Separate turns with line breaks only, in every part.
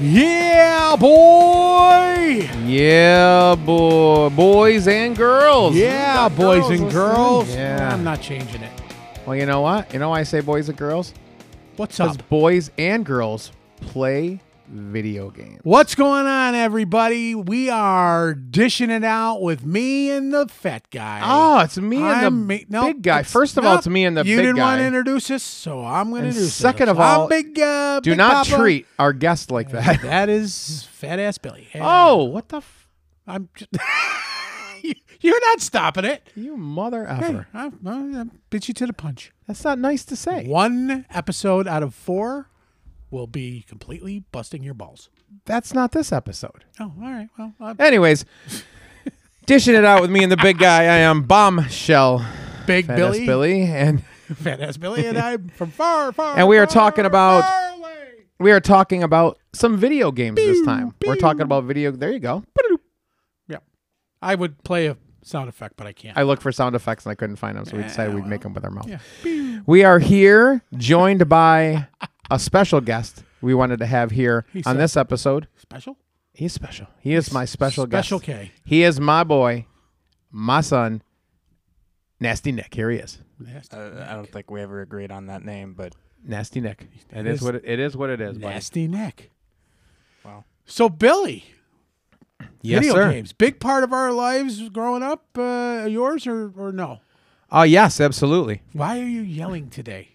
Yeah, boy.
Yeah, boy, boys and girls.
Yeah,
We've got
boys and
listening.
girls.
Yeah.
I'm not changing it.
Well, you know what? You know why I say boys and girls?
What's
Because
up?
boys and girls play video games.
What's going on, everybody? We are dishing it out with me and the fat guy.
Oh, it's me and
I'm
the
Ah, me- no,
big guy.
it's-
First of all,
no,
it's me and the
you
big
didn't
guy.
want to introduce us, so I'm going to
And
introduce.
second
us.
of all,
I'm big. Uh,
Do
big
not
Papa.
treat our guest like that.
That is fat ass Billy. And
oh, what the f-
I'm. Just, You- You're not stopping it.
you mother
Hey,
effer.
I, I, I beat you to the punch.
That's not nice to say.
One episode out of four will be completely busting your balls.
That's not this episode.
Oh, all right. Well, uh,
Anyways, dishing it out with me and the big guy. I am bombshell.
Big
Fat ass
Billy,
Billy and
Fat Ass Billy, and I'm from far, far,
And we are
far,
talking about-
far away.
we are talking about some video games this time. We're talking about video. There you go.
Yeah, I would play a sound effect, but I can't.
I looked for sound effects and I couldn't find them, so we decided we'd make them with our mouth.
yeah.
We are here joined by a special guest we wanted to have here on
said-
this episode.
Special,
He's special. He is my special,
special
guest.
K.
He is my boy, my son, Nasty Nick. Here he is.
Nasty,
Uh, I don't think we ever agreed on that name, but
Nasty Nick. It
is-
is what it, it is. What it is. buddy.
nasty neck.
Wow.
So Billy,
Yes,
video
sir.
games, big part of our lives growing up. Uh, yours or or no?
Oh yes, absolutely.
Why are you yelling today?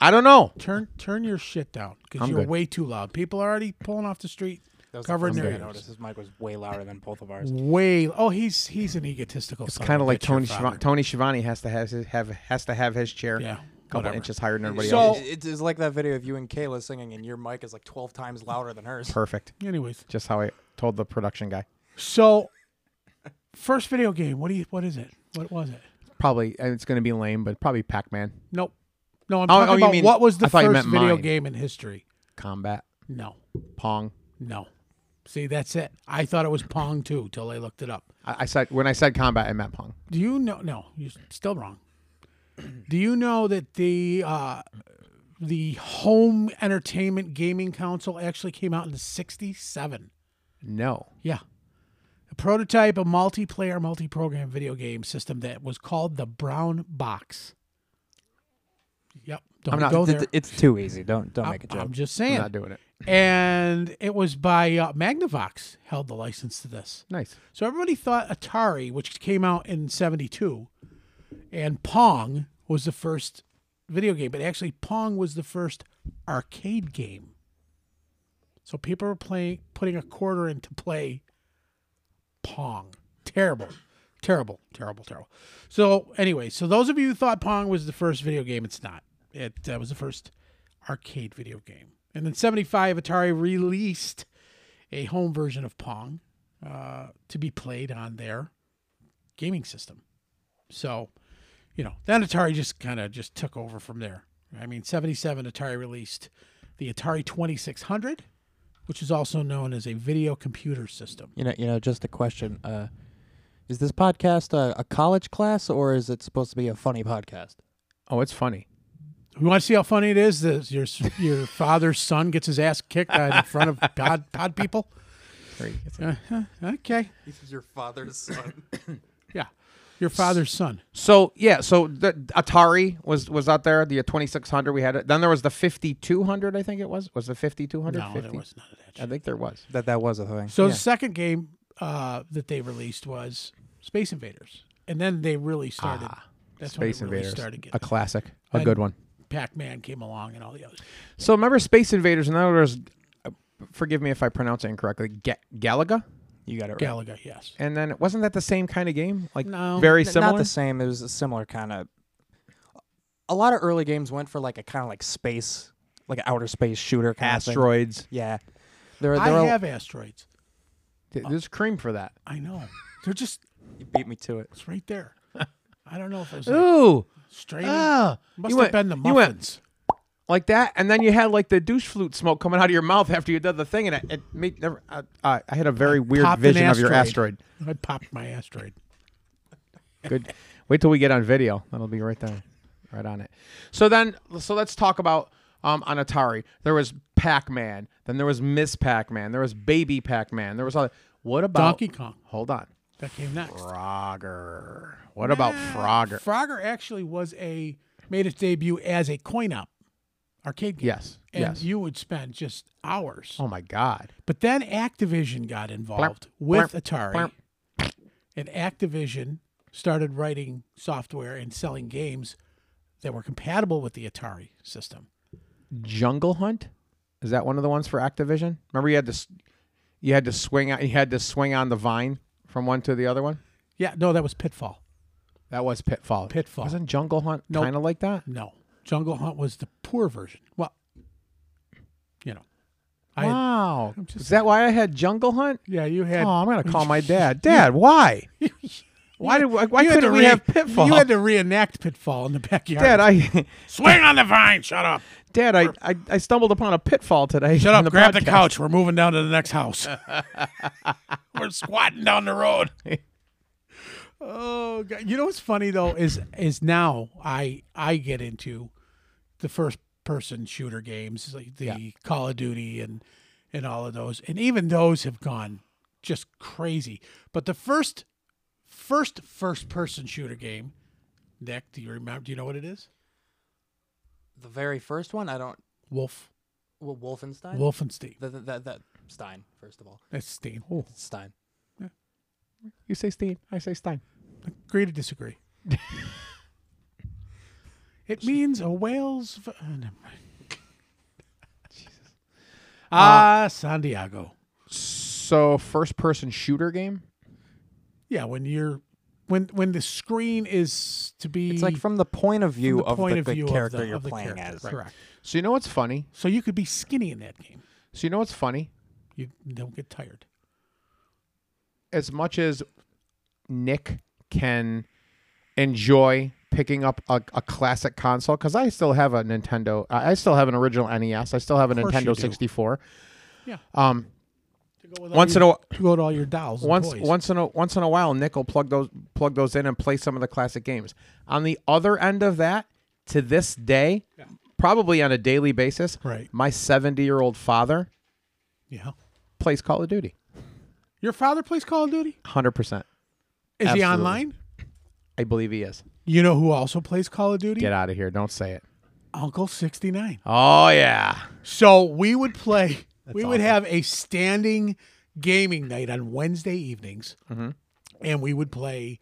I don't know.
Turn turn your shit down because
I'm
you're
good.
way too loud. People are already pulling off the street,
that was
covering
the
their
first thing I
ears.
noticed. His mic was way louder than both of ours.
Way. Oh, he's he's an egotistical.
It's kind of like Tony Schiav- Tony Schiavone has to have his, have has to have his chair
Yeah,
a couple
whatever.
inches higher than everybody
So-
else.
It- it is like that video of you and Kayla singing, and your mic is like twelve times louder than hers.
Perfect.
Anyways,
Just how I told the production guy.
so first video game. What do you? What is it? What was it?
Probably and it's going to be lame, but probably Pac-Man
Nope. No, I'm
Oh,
talking
oh, you
about
mean-
what was the
I thought you
first
meant
video
mine.
game in history.
Combat
No,
Pong.
no. See, that's it. I thought it was Pong too till I looked it up.
I, I said when I said combat, I meant Pong.
Do you know? No, you're still wrong. Do you know that the uh, the home entertainment gaming console actually came out in '67?
No.
Yeah. A prototype, a multiplayer, multi program video game system that was called the Brown Box. Yep. Don't
I'm not-
go there.
it's too easy. Don't don't
I'm, I'm just
I'm
saying.
not doing it.
and it was by uh, Magnavox held the license to this.
Nice.
So everybody thought Atari, which came out in 72, and Pong was the first video game, but actually Pong was the first arcade game. So people were playing putting a quarter in to play Pong. Terrible. Terrible, terrible, terrible. So anyway, so those of you who thought Pong was the first video game, it's not. It uh, was the first arcade video game. And then 75 Atari released a home version of Pong uh, to be played on their gaming system. So, you know, then Atari just kind of just took over from there. I mean, 77 Atari released the Atari 2600, which is also known as a video computer system.
You know, you know. Just a question: uh, Is this podcast a, college class, or is it supposed to be a funny podcast?
Oh, it's funny.
You want to see how funny it is that your your father's son gets his ass kicked uh, in front of pod, pod people?
Great. It's like-
Uh-huh. Okay.
He's your father's son.
Yeah. Your father's son.
So yeah, so the Atari was was out there. The 2600 we had it. Then there was the 5200. I think it was was the 5200.
No, there was none of that.
I think there was.
that that was a thing.
So the second game uh, that they released was Space Invaders, and then they really started. that's
Ah, Space
when it really
Invaders,
started
a
getting
classic, a
And-
good one.
Pac-Man came along and all the others.
So remember Space Invaders, and then there's, uh, forgive me if I pronounce it incorrectly, Ga- Galaga,
You got it right.
Galaga, yes.
and then wasn't that the same kind of game? Like
No.
very
N-
similar.
Not the same. It was a similar kind of. A lot of early games went for like a kind of like space, like an outer space shooter kind of thing.
Asteroids.
Yeah, there,
I
there are-
have asteroids.
Th- There's cream for that.
I know. They're just
You beat me to it.
it's right there. I don't know if it was like
Ooh,
straining.
ah,
Must
you
have
went-
been the
you went-
muffins.
like that, and then you had like the douche flute smoke coming out of your mouth after you did the thing, and it, it made never. I, I I had a very weird
popped an
vision of your asteroid.
asteroid. I popped my asteroid.
Good. Wait till we get on video. That'll be right there, right on it. So then, so let's talk about um, on Atari. There was Pac Man. Then there was Miss Pac Man. There was Baby Pac Man. There was all. What about
Donkey Kong
Hold on,
that came next.
Frogger. What about Frogger?
Frogger actually was a made its debut as a coin op arcade game.
Yes,
And
yes.
you would spend just hours.
Oh my God.
But then Activision got involved with Atari.
blarp.
And Activision started writing software and selling games that were compatible with the Atari system.
Jungle Hunt? Is that one of the ones for Activision? Remember you had to s- you had to swing out you had to swing on the vine from one to the other one?
Yeah, no, that was Pitfall.
That was Pitfall.
Pitfall.
Wasn't Jungle Hunt
Nope.
kind of like that?
No. Jungle Hunt was the poor version. Well, you know. I had-
wow.
I'm just
Is that why I had Jungle Hunt?
yeah, you had
Oh, I'm going to call my dad. Dad, why? Why did why, why
you had
couldn't
to
we
re-
have Pitfall?
You had to reenact Pitfall in the backyard.
Dad, I
Swing on the vine. Shut up.
Dad, I, I I stumbled upon a pitfall today.
Shut
on
up. grab the
podcast.
couch. We're moving down to the next house. We're squatting down the road. oh, God. you know what's funny though is is now I I get into the first person shooter games like the Call of Duty and and all of those, and even those have gone just crazy. But the first first first person shooter game, Nick, do you remember? Do you know what it is?
The very first one, I don't.
Wolf
Well, Wolfenstein.
Wolfenstein.
The, the, the, the Stein. First of all,
That's Stein.
Stein.
You say Stein, I say Stein.
Agree to disagree. it means a whale's. V- oh, never mind.
Uh,
Ah, San Diego.
So first person shooter game?
Yeah, when you're, when when the screen is to be,
It's like from the point of view
the
of
point
the,
of
the
view
character
of the,
you're
of the
playing
character.
as.
Correct.
So you know what's funny?
So you could be skinny in that game.
So you know what's funny?
You don't get tired.
as much as Nick can enjoy picking up a, a classic console, because I still have a Nintendo, I I still have an original NES, I still have a
course you
Nintendo
do.
64.
Yeah.
Um.
To go with all
Once
your,
in a
to go to all your dolls. and
once
toys.
once in a once in a while, Nick will plug those plug those in and play some of the classic games. On the other end of that, to this day, probably on a daily basis,
Right.
My seventy year old father
Yeah.
plays Call of Duty,
Your father plays Call of Duty.
hundred percent.
Is he
Absolutely.
online?
I believe he is.
You know who also plays Call of Duty?
Get out of here! Don't say it.
Uncle sixty nine.
Oh yeah.
So we would play. we would
awesome.
have a standing gaming night on Wednesday evenings,
Mm-hmm.
and we would play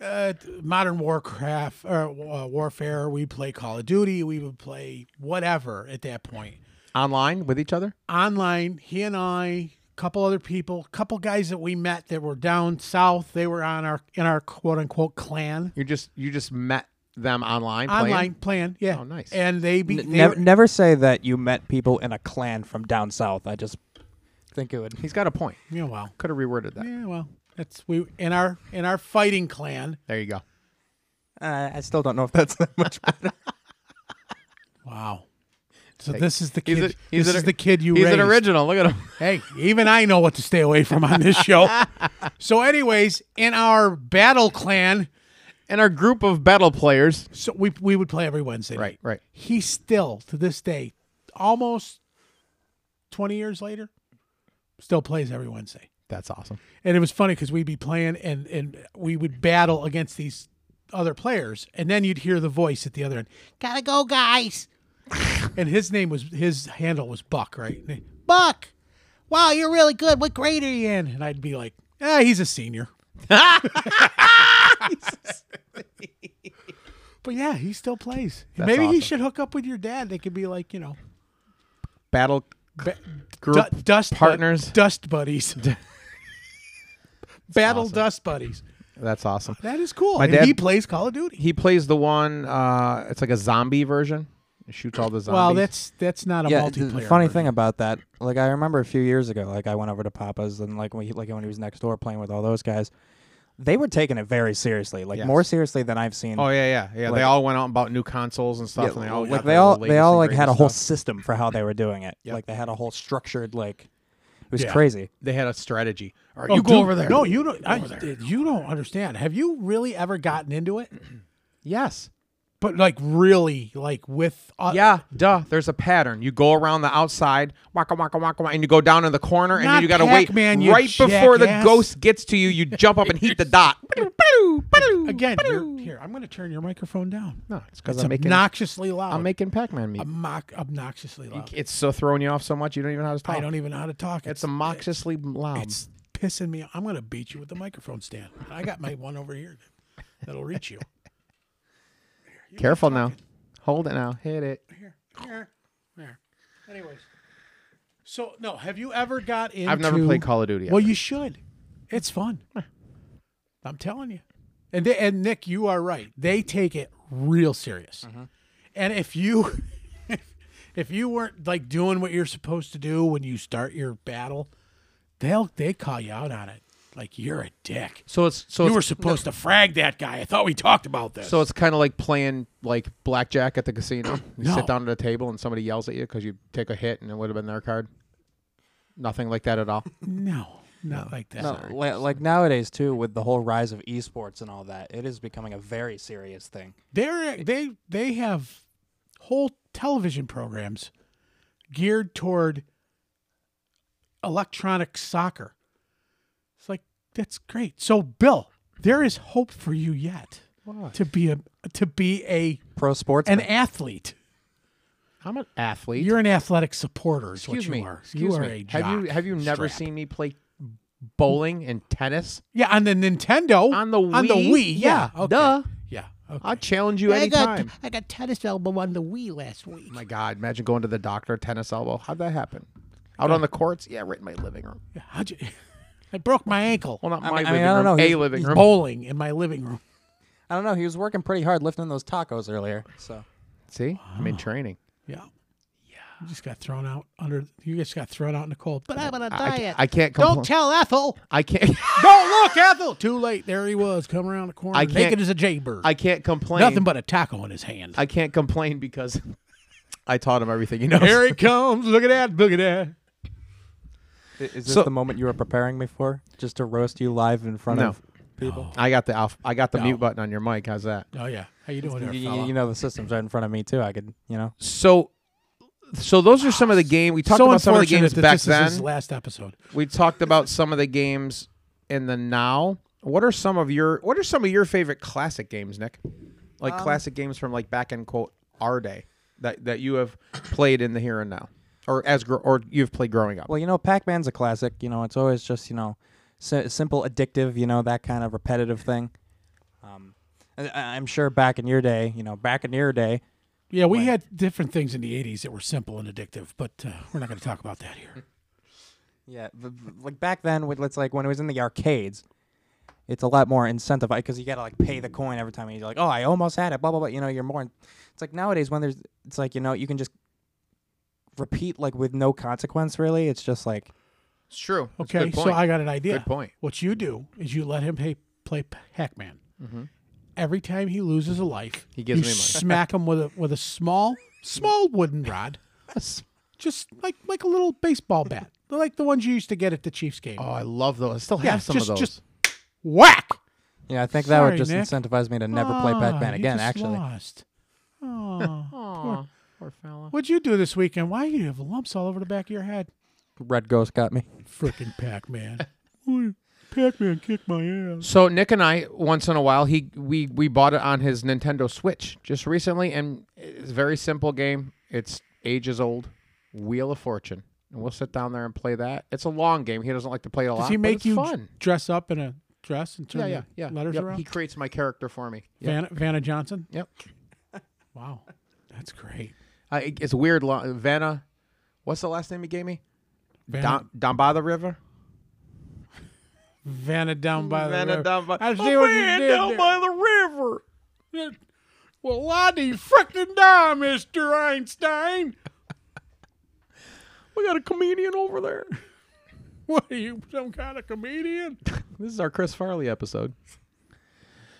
uh, Modern Warcraft or uh, Warfare. We would play Call of Duty. We would play whatever at that point
online with each other?
online. He and I, a couple other people, couple guys that we met that were down south. They were on our in our quote unquote clan.
You just you just met them online. playing?
Online plan, yeah.
Oh, nice.
And they be they
never,
were-
never say that you met people in a clan from down south. I just think it would.
He's got a point.
yeah, well,
Could have reworded that.
yeah, well. That's we in our in our fighting clan.
There you go.
Uh, I still don't know if that's that much better.
Wow. So this is the kid.
He's a- he's
this
an-
is the kid you
He's
raised.
an original. Look at him.
Hey, even I know what to stay away from on this show. so, anyways, in our battle clan,
And our group of battle players.
so we we would play every Wednesday. night.
Right, right.
He still to this day, almost twenty years later, still plays every Wednesday.
That's awesome.
And it was funny because we'd be playing and and we would battle against these other players, and then you'd hear the voice at the other end, "Gotta go, guys." and his name was his handle was Buck, right? And he, Buck, wow, you're really good. What grade are you in? And I'd be like, "Ah, he's a senior." but yeah, he still plays.
That's
Maybe he
awesome.
should hook up with your dad. They could be like, you know,
Battle
ba-
group
Du- dust bud-
partners.
dust buddies, battle dust buddies.
That's awesome.
That is cool.
My
and
dad-
he plays Call of Duty.
He plays the one. uh It's like a zombie version. He shoots all the zombies.
Well, that's that's not a
yeah, the-
multiplayer.
the funny
version.
thing about that, like I remember a few years ago, like I went over to Papa's and like when he, like when he was next door playing with all those guys, they were taking it very seriously, like
Yes.
more seriously than I've seen.
Oh yeah, yeah, yeah. they
Like-
all went out and bought new consoles and stuff, and they all
like
got
they
the
all
latest
they all
and
like had a
greatest
whole
stuff.
system for how they were doing it. Like they had a whole structured like it was
Yeah.
crazy.
They had a strategy. All right,
Oh,
you go
dude,
over there.
No, you don't. I, you don't understand. Have you really ever gotten into it?
Yes.
but like really, like with uh,
Yeah, duh. There's a pattern. You go around the outside, waka waka waka, waka, and you go down in the corner, and
Not
then you gotta wait
Pac-Man, you
right before the
jackass.
ghost gets to you. You jump up and heat the dot.
again. You're, here, I'm going to turn your microphone down.
No, it's because
It's
I'm making
obnoxiously loud.
I'm making Pac-Man meat.
Mock obnoxiously loud.
it's so throwing you off so much you don't even know how to talk.
I don't even know how to talk.
it's obnoxiously loud.
it's pissing me. off. I'm going to beat you with the microphone stand. I got my one over here that, that'll reach you.
Careful now. Hold it now. Hit it.
Here, here, there. Anyways, so no, have you ever got into?
I've never played Call of Duty.
Well,
ever.
you should. It's fun. I'm telling you. And they, and Nick, you are right. They take it real serious.
Mm-hmm.
And if you if you weren't like doing what you're supposed to do when you start your battle, they'll they call you out on it. Like you're a dick.
so it's so
You
it's,
were supposed to frag that guy. I thought we talked about this.
so it's kind of like playing like blackjack at the casino. You
No.
sit down at a table and somebody yells at you because you take a hit and it would have been their card. Nothing like that at all.
no, not like that.
No, like, like nowadays too, with the whole rise of esports and all that, it is becoming a very serious thing.
They're they they have whole television programs geared toward electronic soccer. It's like that's great. So Bill, there is hope for you yet to be a to be a
Pro sports.
an athlete.
I'm an athlete.
You're an athletic supporter. Is
Excuse
what you
me.
are.
Excuse
you are
me.
a
have you
jock
have you never
strap.
seen me play bowling and tennis?
Yeah, on the Nintendo.
On the
On the
Wii?
Wii. Yeah.
Yeah,
okay.
duh.
Yeah. Okay.
I challenge you anytime.
I got tennis elbow on the Wii last week.
My God, imagine going to the doctor, tennis elbow. How'd that happen? Out on the courts? Yeah, right in my living room.
Yeah, how'd you? I broke my ankle.
Well, not
I
my
mean- I
living
mean, I don't
room.
know.
A
He's-
living
He's
room.
bowling in my living room.
I don't know. He was working pretty hard lifting those tacos earlier. So
See, I'm in training.
Yeah. Yeah. You just got thrown out under. You just got thrown out in the cold. But I'm on a
I- I,
diet.
ca- I can't compl-
tell Ethel.
I can't.
Don't look, Ethel. Too late. There he was, coming around the corner,
I can't-
naked as a jaybird.
I can't complain.
Nothing but a taco in his hand.
I can't complain because I taught him everything he knows.
Here he comes. Look at that. Look at that.
I- is this
So-
the moment you were preparing me for, just to roast you live in front
No.
of people?
I got the alpha, I got the
No.
mute button on your mic. How's that?
Oh yeah. How you doing,
You,
there,
you-
fella?
you know the system's right in front of me too. I could, you know,
So, so those are some of the game we talked
so
about. Some of the
unfortunate
games
that
back
this
then.
is his last episode.
we talked about some of the games in the now. What are some of your What are some of your favorite classic games, Nick? Like classic games from like back in quote our day that that you have played in the here and now, or as gr- or you've played growing up.
well, you know, Pac-Man's a classic. You know, it's always just you know, si- simple, addictive. You know, that kind of repetitive thing. Um, and I- I'm sure back in your day, you know, back in your day,
Yeah, we had different things in the '80s that were simple and addictive, but uh, we're not going to talk about that here.
Yeah, b- b- like back then, with let's like when it was in the arcades, it's a lot more incentivized because you gotta like pay the coin every time. And you're like, oh, I almost had it, blah blah blah. You know, you're more. It's like nowadays when there's, it's like you know you can just repeat like with no consequence really. It's just like
It's true. It's a
Okay,
good
so
point.
I got an idea.
Good point.
What you do is you let him pay, play Pac Man. Every time he loses a life,
Mm-hmm. He gives
you
me money.
smack him with a with a small small wooden rod, just like like a little baseball bat, like the ones you used to get at the Chiefs game.
Oh, I love those. I still have
yeah,
some
just
of those.
just whack.
yeah, I think that
Sorry,
would just
Nick.
incentivize me to never play
Ah,
Pac-Man
you
again.
just
Actually,
lost. Aw.
Aw, poor fella.
what'd you do this weekend? Why do you have lumps all over the back of your head?
Red Ghost got me.
Frickin' Pac Man. Pac Man kicked my ass.
So Nick and I, once in a while, he we we bought it on his Nintendo Switch just recently, and it's a very simple game. It's ages old, Wheel of Fortune, and we'll sit down there and play that. It's a long game. He doesn't like to play it a lot.
Does he
but
make
it's
you
fun?
dress up in a dress and turn
Yeah, yeah, yeah.
the letters
Yep,
around?
He creates my character for me. Yep.
Vanna, Vanna Johnson.
yep.
Wow, that's great.
Uh, it- it's weird. Lo- Vanna, what's the last name he gave me?
Vanna,
Down, down by the river.
Vanna down by the
Vanna
river.
down by.
I see
Oh,
what you
man,
did
down
there.
by the river.
Well, I do frickin' die, Mister Einstein.
We got a comedian over there.
What are you, some kind of comedian?
This is our Chris Farley episode.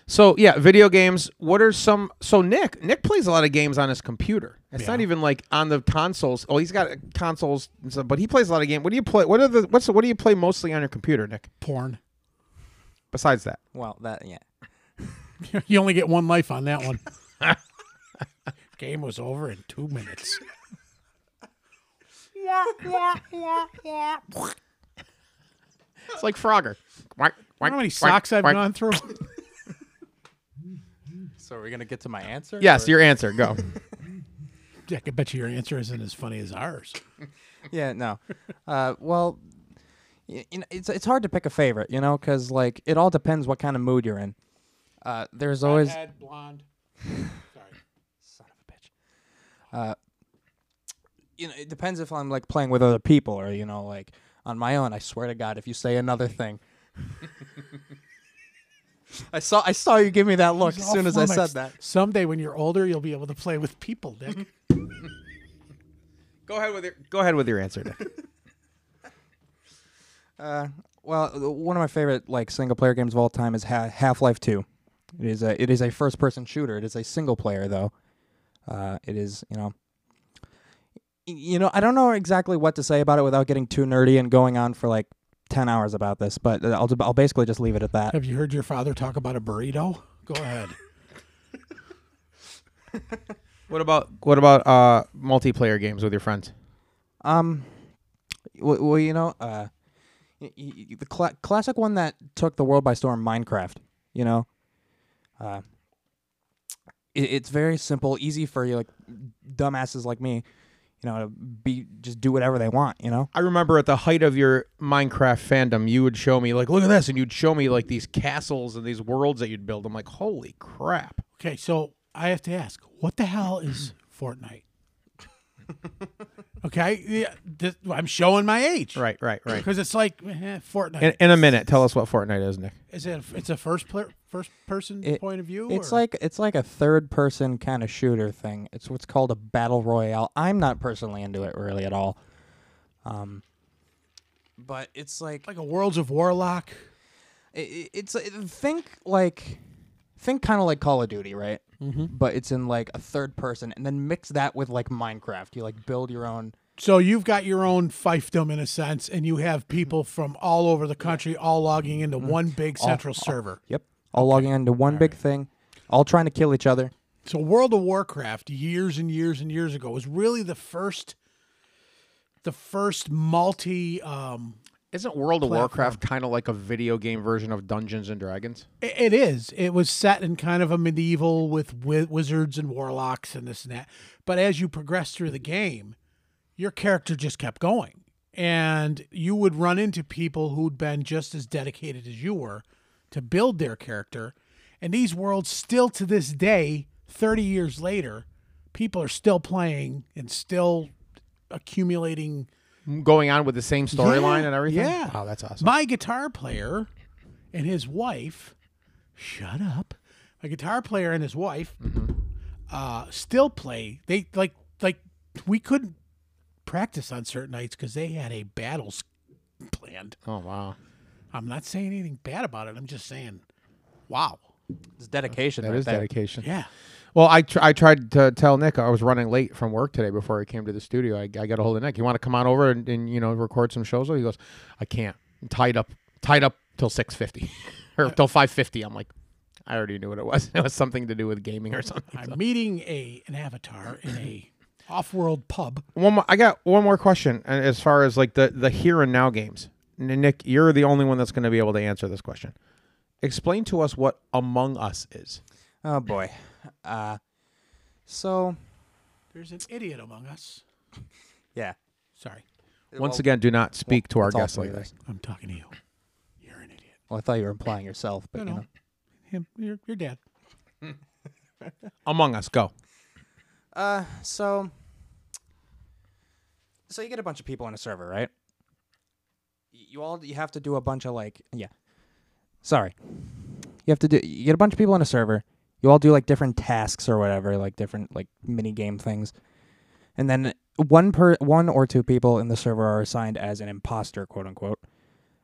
So yeah, video games. What are some? So Nick, Nick plays a lot of games on his computer. It's not
Yeah.
even like on the consoles. Oh, he's got uh, consoles, and stuff, but he plays a lot of games. What do you play? What are the? What's the, what do you play mostly on your computer, Nick?
Porn.
Besides that,
Well, that yeah.
you only get one life on that one. Game was over in two minutes.
It's like Frogger. Quack,
You
quack,
know how many
quack,
socks I've
quack.
gone through?
So are we gonna get to my answer?
Yes,
or-
your answer. Go.
I can bet you your answer isn't as funny as ours.
Yeah, no. Uh, well, y- you know, it's it's hard to pick a favorite, you know, because like it all depends what kind of mood you're in. Uh, there's always
Head blonde. Sorry.
son of a bitch. Uh, you know, it depends if I'm like playing with other people or you know, like on my own. I swear to God, if you say another thing, I saw I saw you give me that look as soon as I said that.
Someday when you're older, you'll be able to play with people, Dick.
go ahead with your go ahead with your answer. Nick.
Uh, well, uh, one of my favorite like single player games of all time is ha- Half Life Two. It is a it is a first person shooter. It is a single player though. Uh, it is you know. y- You know, I don't know exactly what to say about it without getting too nerdy and going on for like ten hours about this, but uh, I'll I'll basically just leave it at that.
Have you heard your father talk about a burrito? Go ahead.
what about what about uh multiplayer games with your friends?
Um, well, well you know, uh, y- y- y- the cla- classic one that took the world by storm, Minecraft. You know, uh, it, it's very simple, easy for you, like dumbasses like me, you know, to be just do whatever they want. You know,
I remember at the height of your Minecraft fandom, you would show me like, look at this, and you'd show me like these castles and these worlds that you'd build. I'm like, holy crap!
Okay, so I have to ask, what the hell is Fortnite? Okay, yeah, this, I'm showing my age,
Right, right, right.
Because it's like eh, Fortnite.
In, in a minute, tell us what Fortnite is, Nick.
is it? It's a first player, first person
It-
point of view.
it's
or-
like it's like a third person kind of shooter thing. It's what's called a battle royale. I'm not personally into it really at all. Um, but it's like
like a Worlds of Warlock.
I- I- it's it- think like think kind of like Call of Duty, right? Mm-hmm. But it's in like a third person, and then mix that with like Minecraft. You like build your own.
So you've got your own fiefdom in a sense, and you have people
Mm-hmm.
from all over the country all logging into one big central server.
Yep. Mm-hmm. All logging into one big thing, all trying to kill each other.
So World of Warcraft years and years and years ago was really the first the first multi um
Isn't World of Warcraft kind of like a video game version of Dungeons and Dragons?
i- it is. It was set in kind of a medieval with wi- wizards and warlocks and this and that. But as you progress through the game, your character just kept going. And you would run into people who'd been just as dedicated as you were to build their character. And these worlds, still to this day, 30 years later, people are still playing and still accumulating
Going on with the same storyline
Yeah,
and everything.
Yeah.
wow, that's awesome.
My guitar player and his wife, shut up. My guitar player and his wife uh, still play. They like like we couldn't practice on certain nights because they had a battle s- planned.
oh wow,
I'm not saying anything bad about it. I'm just saying, wow.
It's dedication.
that
right
is
there.
dedication.
Yeah.
Well, I tr- I tried to tell Nick I was running late from work today before I came to the studio. I, I got a hold of Nick. You want to come on over and, and you know record some shows? He goes, I can't. I'm tied up, tied up till six fifty or till five fifty. I'm like, I already knew what it was. It was something to do with gaming or something.
I'm meeting a an avatar in a off-world pub.
One more, I got one more question uh, as far as like the the here and now games. N- Nick, you're the only one that's going to be able to answer this question. Explain to us what Among Us is.
Oh boy. Uh, so
There's an idiot among us.
yeah.
Sorry,
Once again, do not speak to our
Uh, It's all
guests
three
like
of
this.
us.
I'm talking to you. You're an idiot.
Well, I thought you were implying yourself,
No,
but you know.
no, him. Your your dad.
Among Us, go.
Uh, so so you get a bunch of people on a server, right? Y- You all you have to do a bunch of like yeah. Sorry. You have to do you get a bunch of people on a server. You all do like different tasks or whatever, like different like mini game things. And then one per one or two people in the server are assigned as an imposter, quote unquote.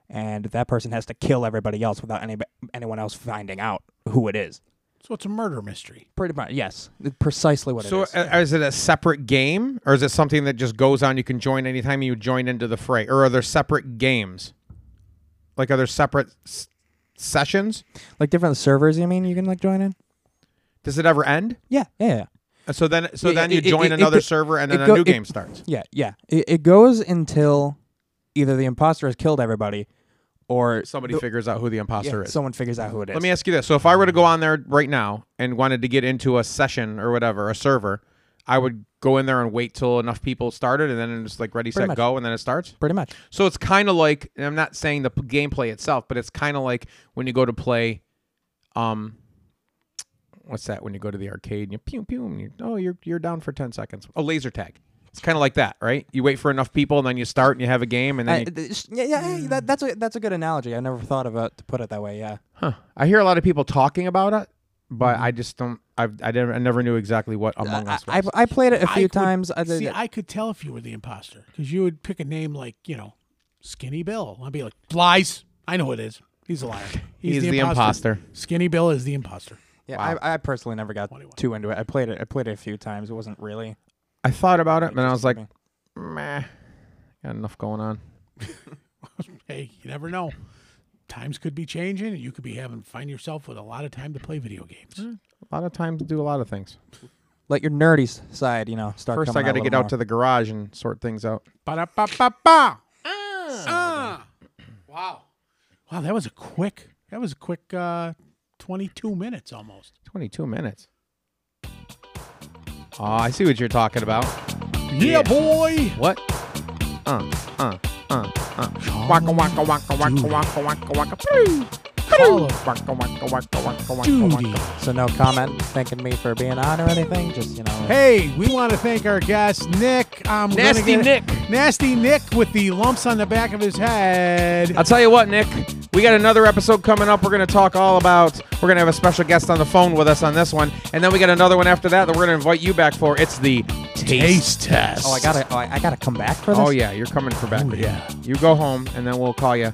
And that person has to kill everybody else without any anyone else finding out who it is.
So it's a murder mystery.
Pretty much, yes, precisely what
So,
it is.
uh, is it a separate game, or is it something that just goes on? You can join anytime you join into the fray, or are there separate games? Like, are there separate s- sessions?
Like different servers, you mean you can like join in?
Does it ever end? Uh,
Yeah, yeah, yeah.
So then, so
Yeah,
then
it-
you
it-
join
it- it
another
go-
server, and
it
then
go-
a new
it-
game starts.
Yeah, yeah. It, it goes until either the imposter has killed everybody, or
Somebody
the-
figures out who the
yeah,
imposter is.
someone figures out who it is.
Let me ask you this: So if I were to go on there right now and wanted to get into a session or whatever, a server, I would go in there and wait till enough people started, and then it's like ready, set,
much.
go, and then it starts.
pretty much.
So it's kind of like and I'm not saying the p- gameplay itself, but it's kind of like when you go to play, um, what's that? When you go to the arcade and you pew pew, and you, oh you're you're down for ten seconds. Oh, laser tag. It's kind of like that, right? You wait for enough people, and then you start, and you have a game, and then
I,
you,
th- yeah, yeah, yeah, that, that's a that's a good analogy. I never thought of it to put it that way. Yeah,
Huh. I hear a lot of people talking about it, but I just don't. I've, I never, I never knew exactly what Among
I,
Us
I,
was.
I played it a
I
few
would-
times. I did
See,
it-
I could tell if you were the imposter because you would pick a name like you know, Skinny Bill. I'd be like, lies. I know who it is. He's a liar. He's,
He's the imposter.
Skinny Bill is the imposter.
yeah,
Wow.
I, I personally never got
Twenty-one.
too into it. I played it. I played it a few times. It wasn't really.
I thought about it, and I was like,
me.
meh, got enough going on.
Hey, you never know. Times could be changing, and you could be having find yourself with a lot of time to play video
Hmm.
games.
A lot of times, do a lot of things.
Let your nerdy s- side, you know, start.
First, I
coming
got to
a
get
little
out to the garage and sort things out.
Ba-da-ba-ba-ba. Ah. Wow. Wow, that was a quick. That was a quick. uh 22 minutes almost.
Twenty-two minutes. Oh, I see what you're talking about.
Yeah, boy.
What? Uh, uh, uh, uh. Waka waka waka waka waka waka waka. Pew!
Call of
Waka waka waka waka waka
Duty.
waka.
more. So no comment, thanking me for being on or anything. Just you know.
Hey, we want to thank our guest, Nick. Um, we're gonna
Nasty
get-
Nick.
Nasty Nick with the lumps on the back of his head.
I'll tell you what, Nick. We got another episode coming up. We're going to talk all about. We're going to have a special guest on the phone with us on this one, and then we got another one after that that we're going to invite you back for. It's the taste.
test.
Oh, I gotta. Oh, I, I gotta come back for this.
Oh yeah, you're coming for back.
Oh, yeah.
You go home, and then we'll call you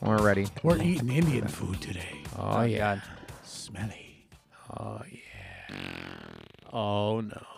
when we're ready.
We're eating Indian food today.
Oh yeah.
Smelly.
Oh no.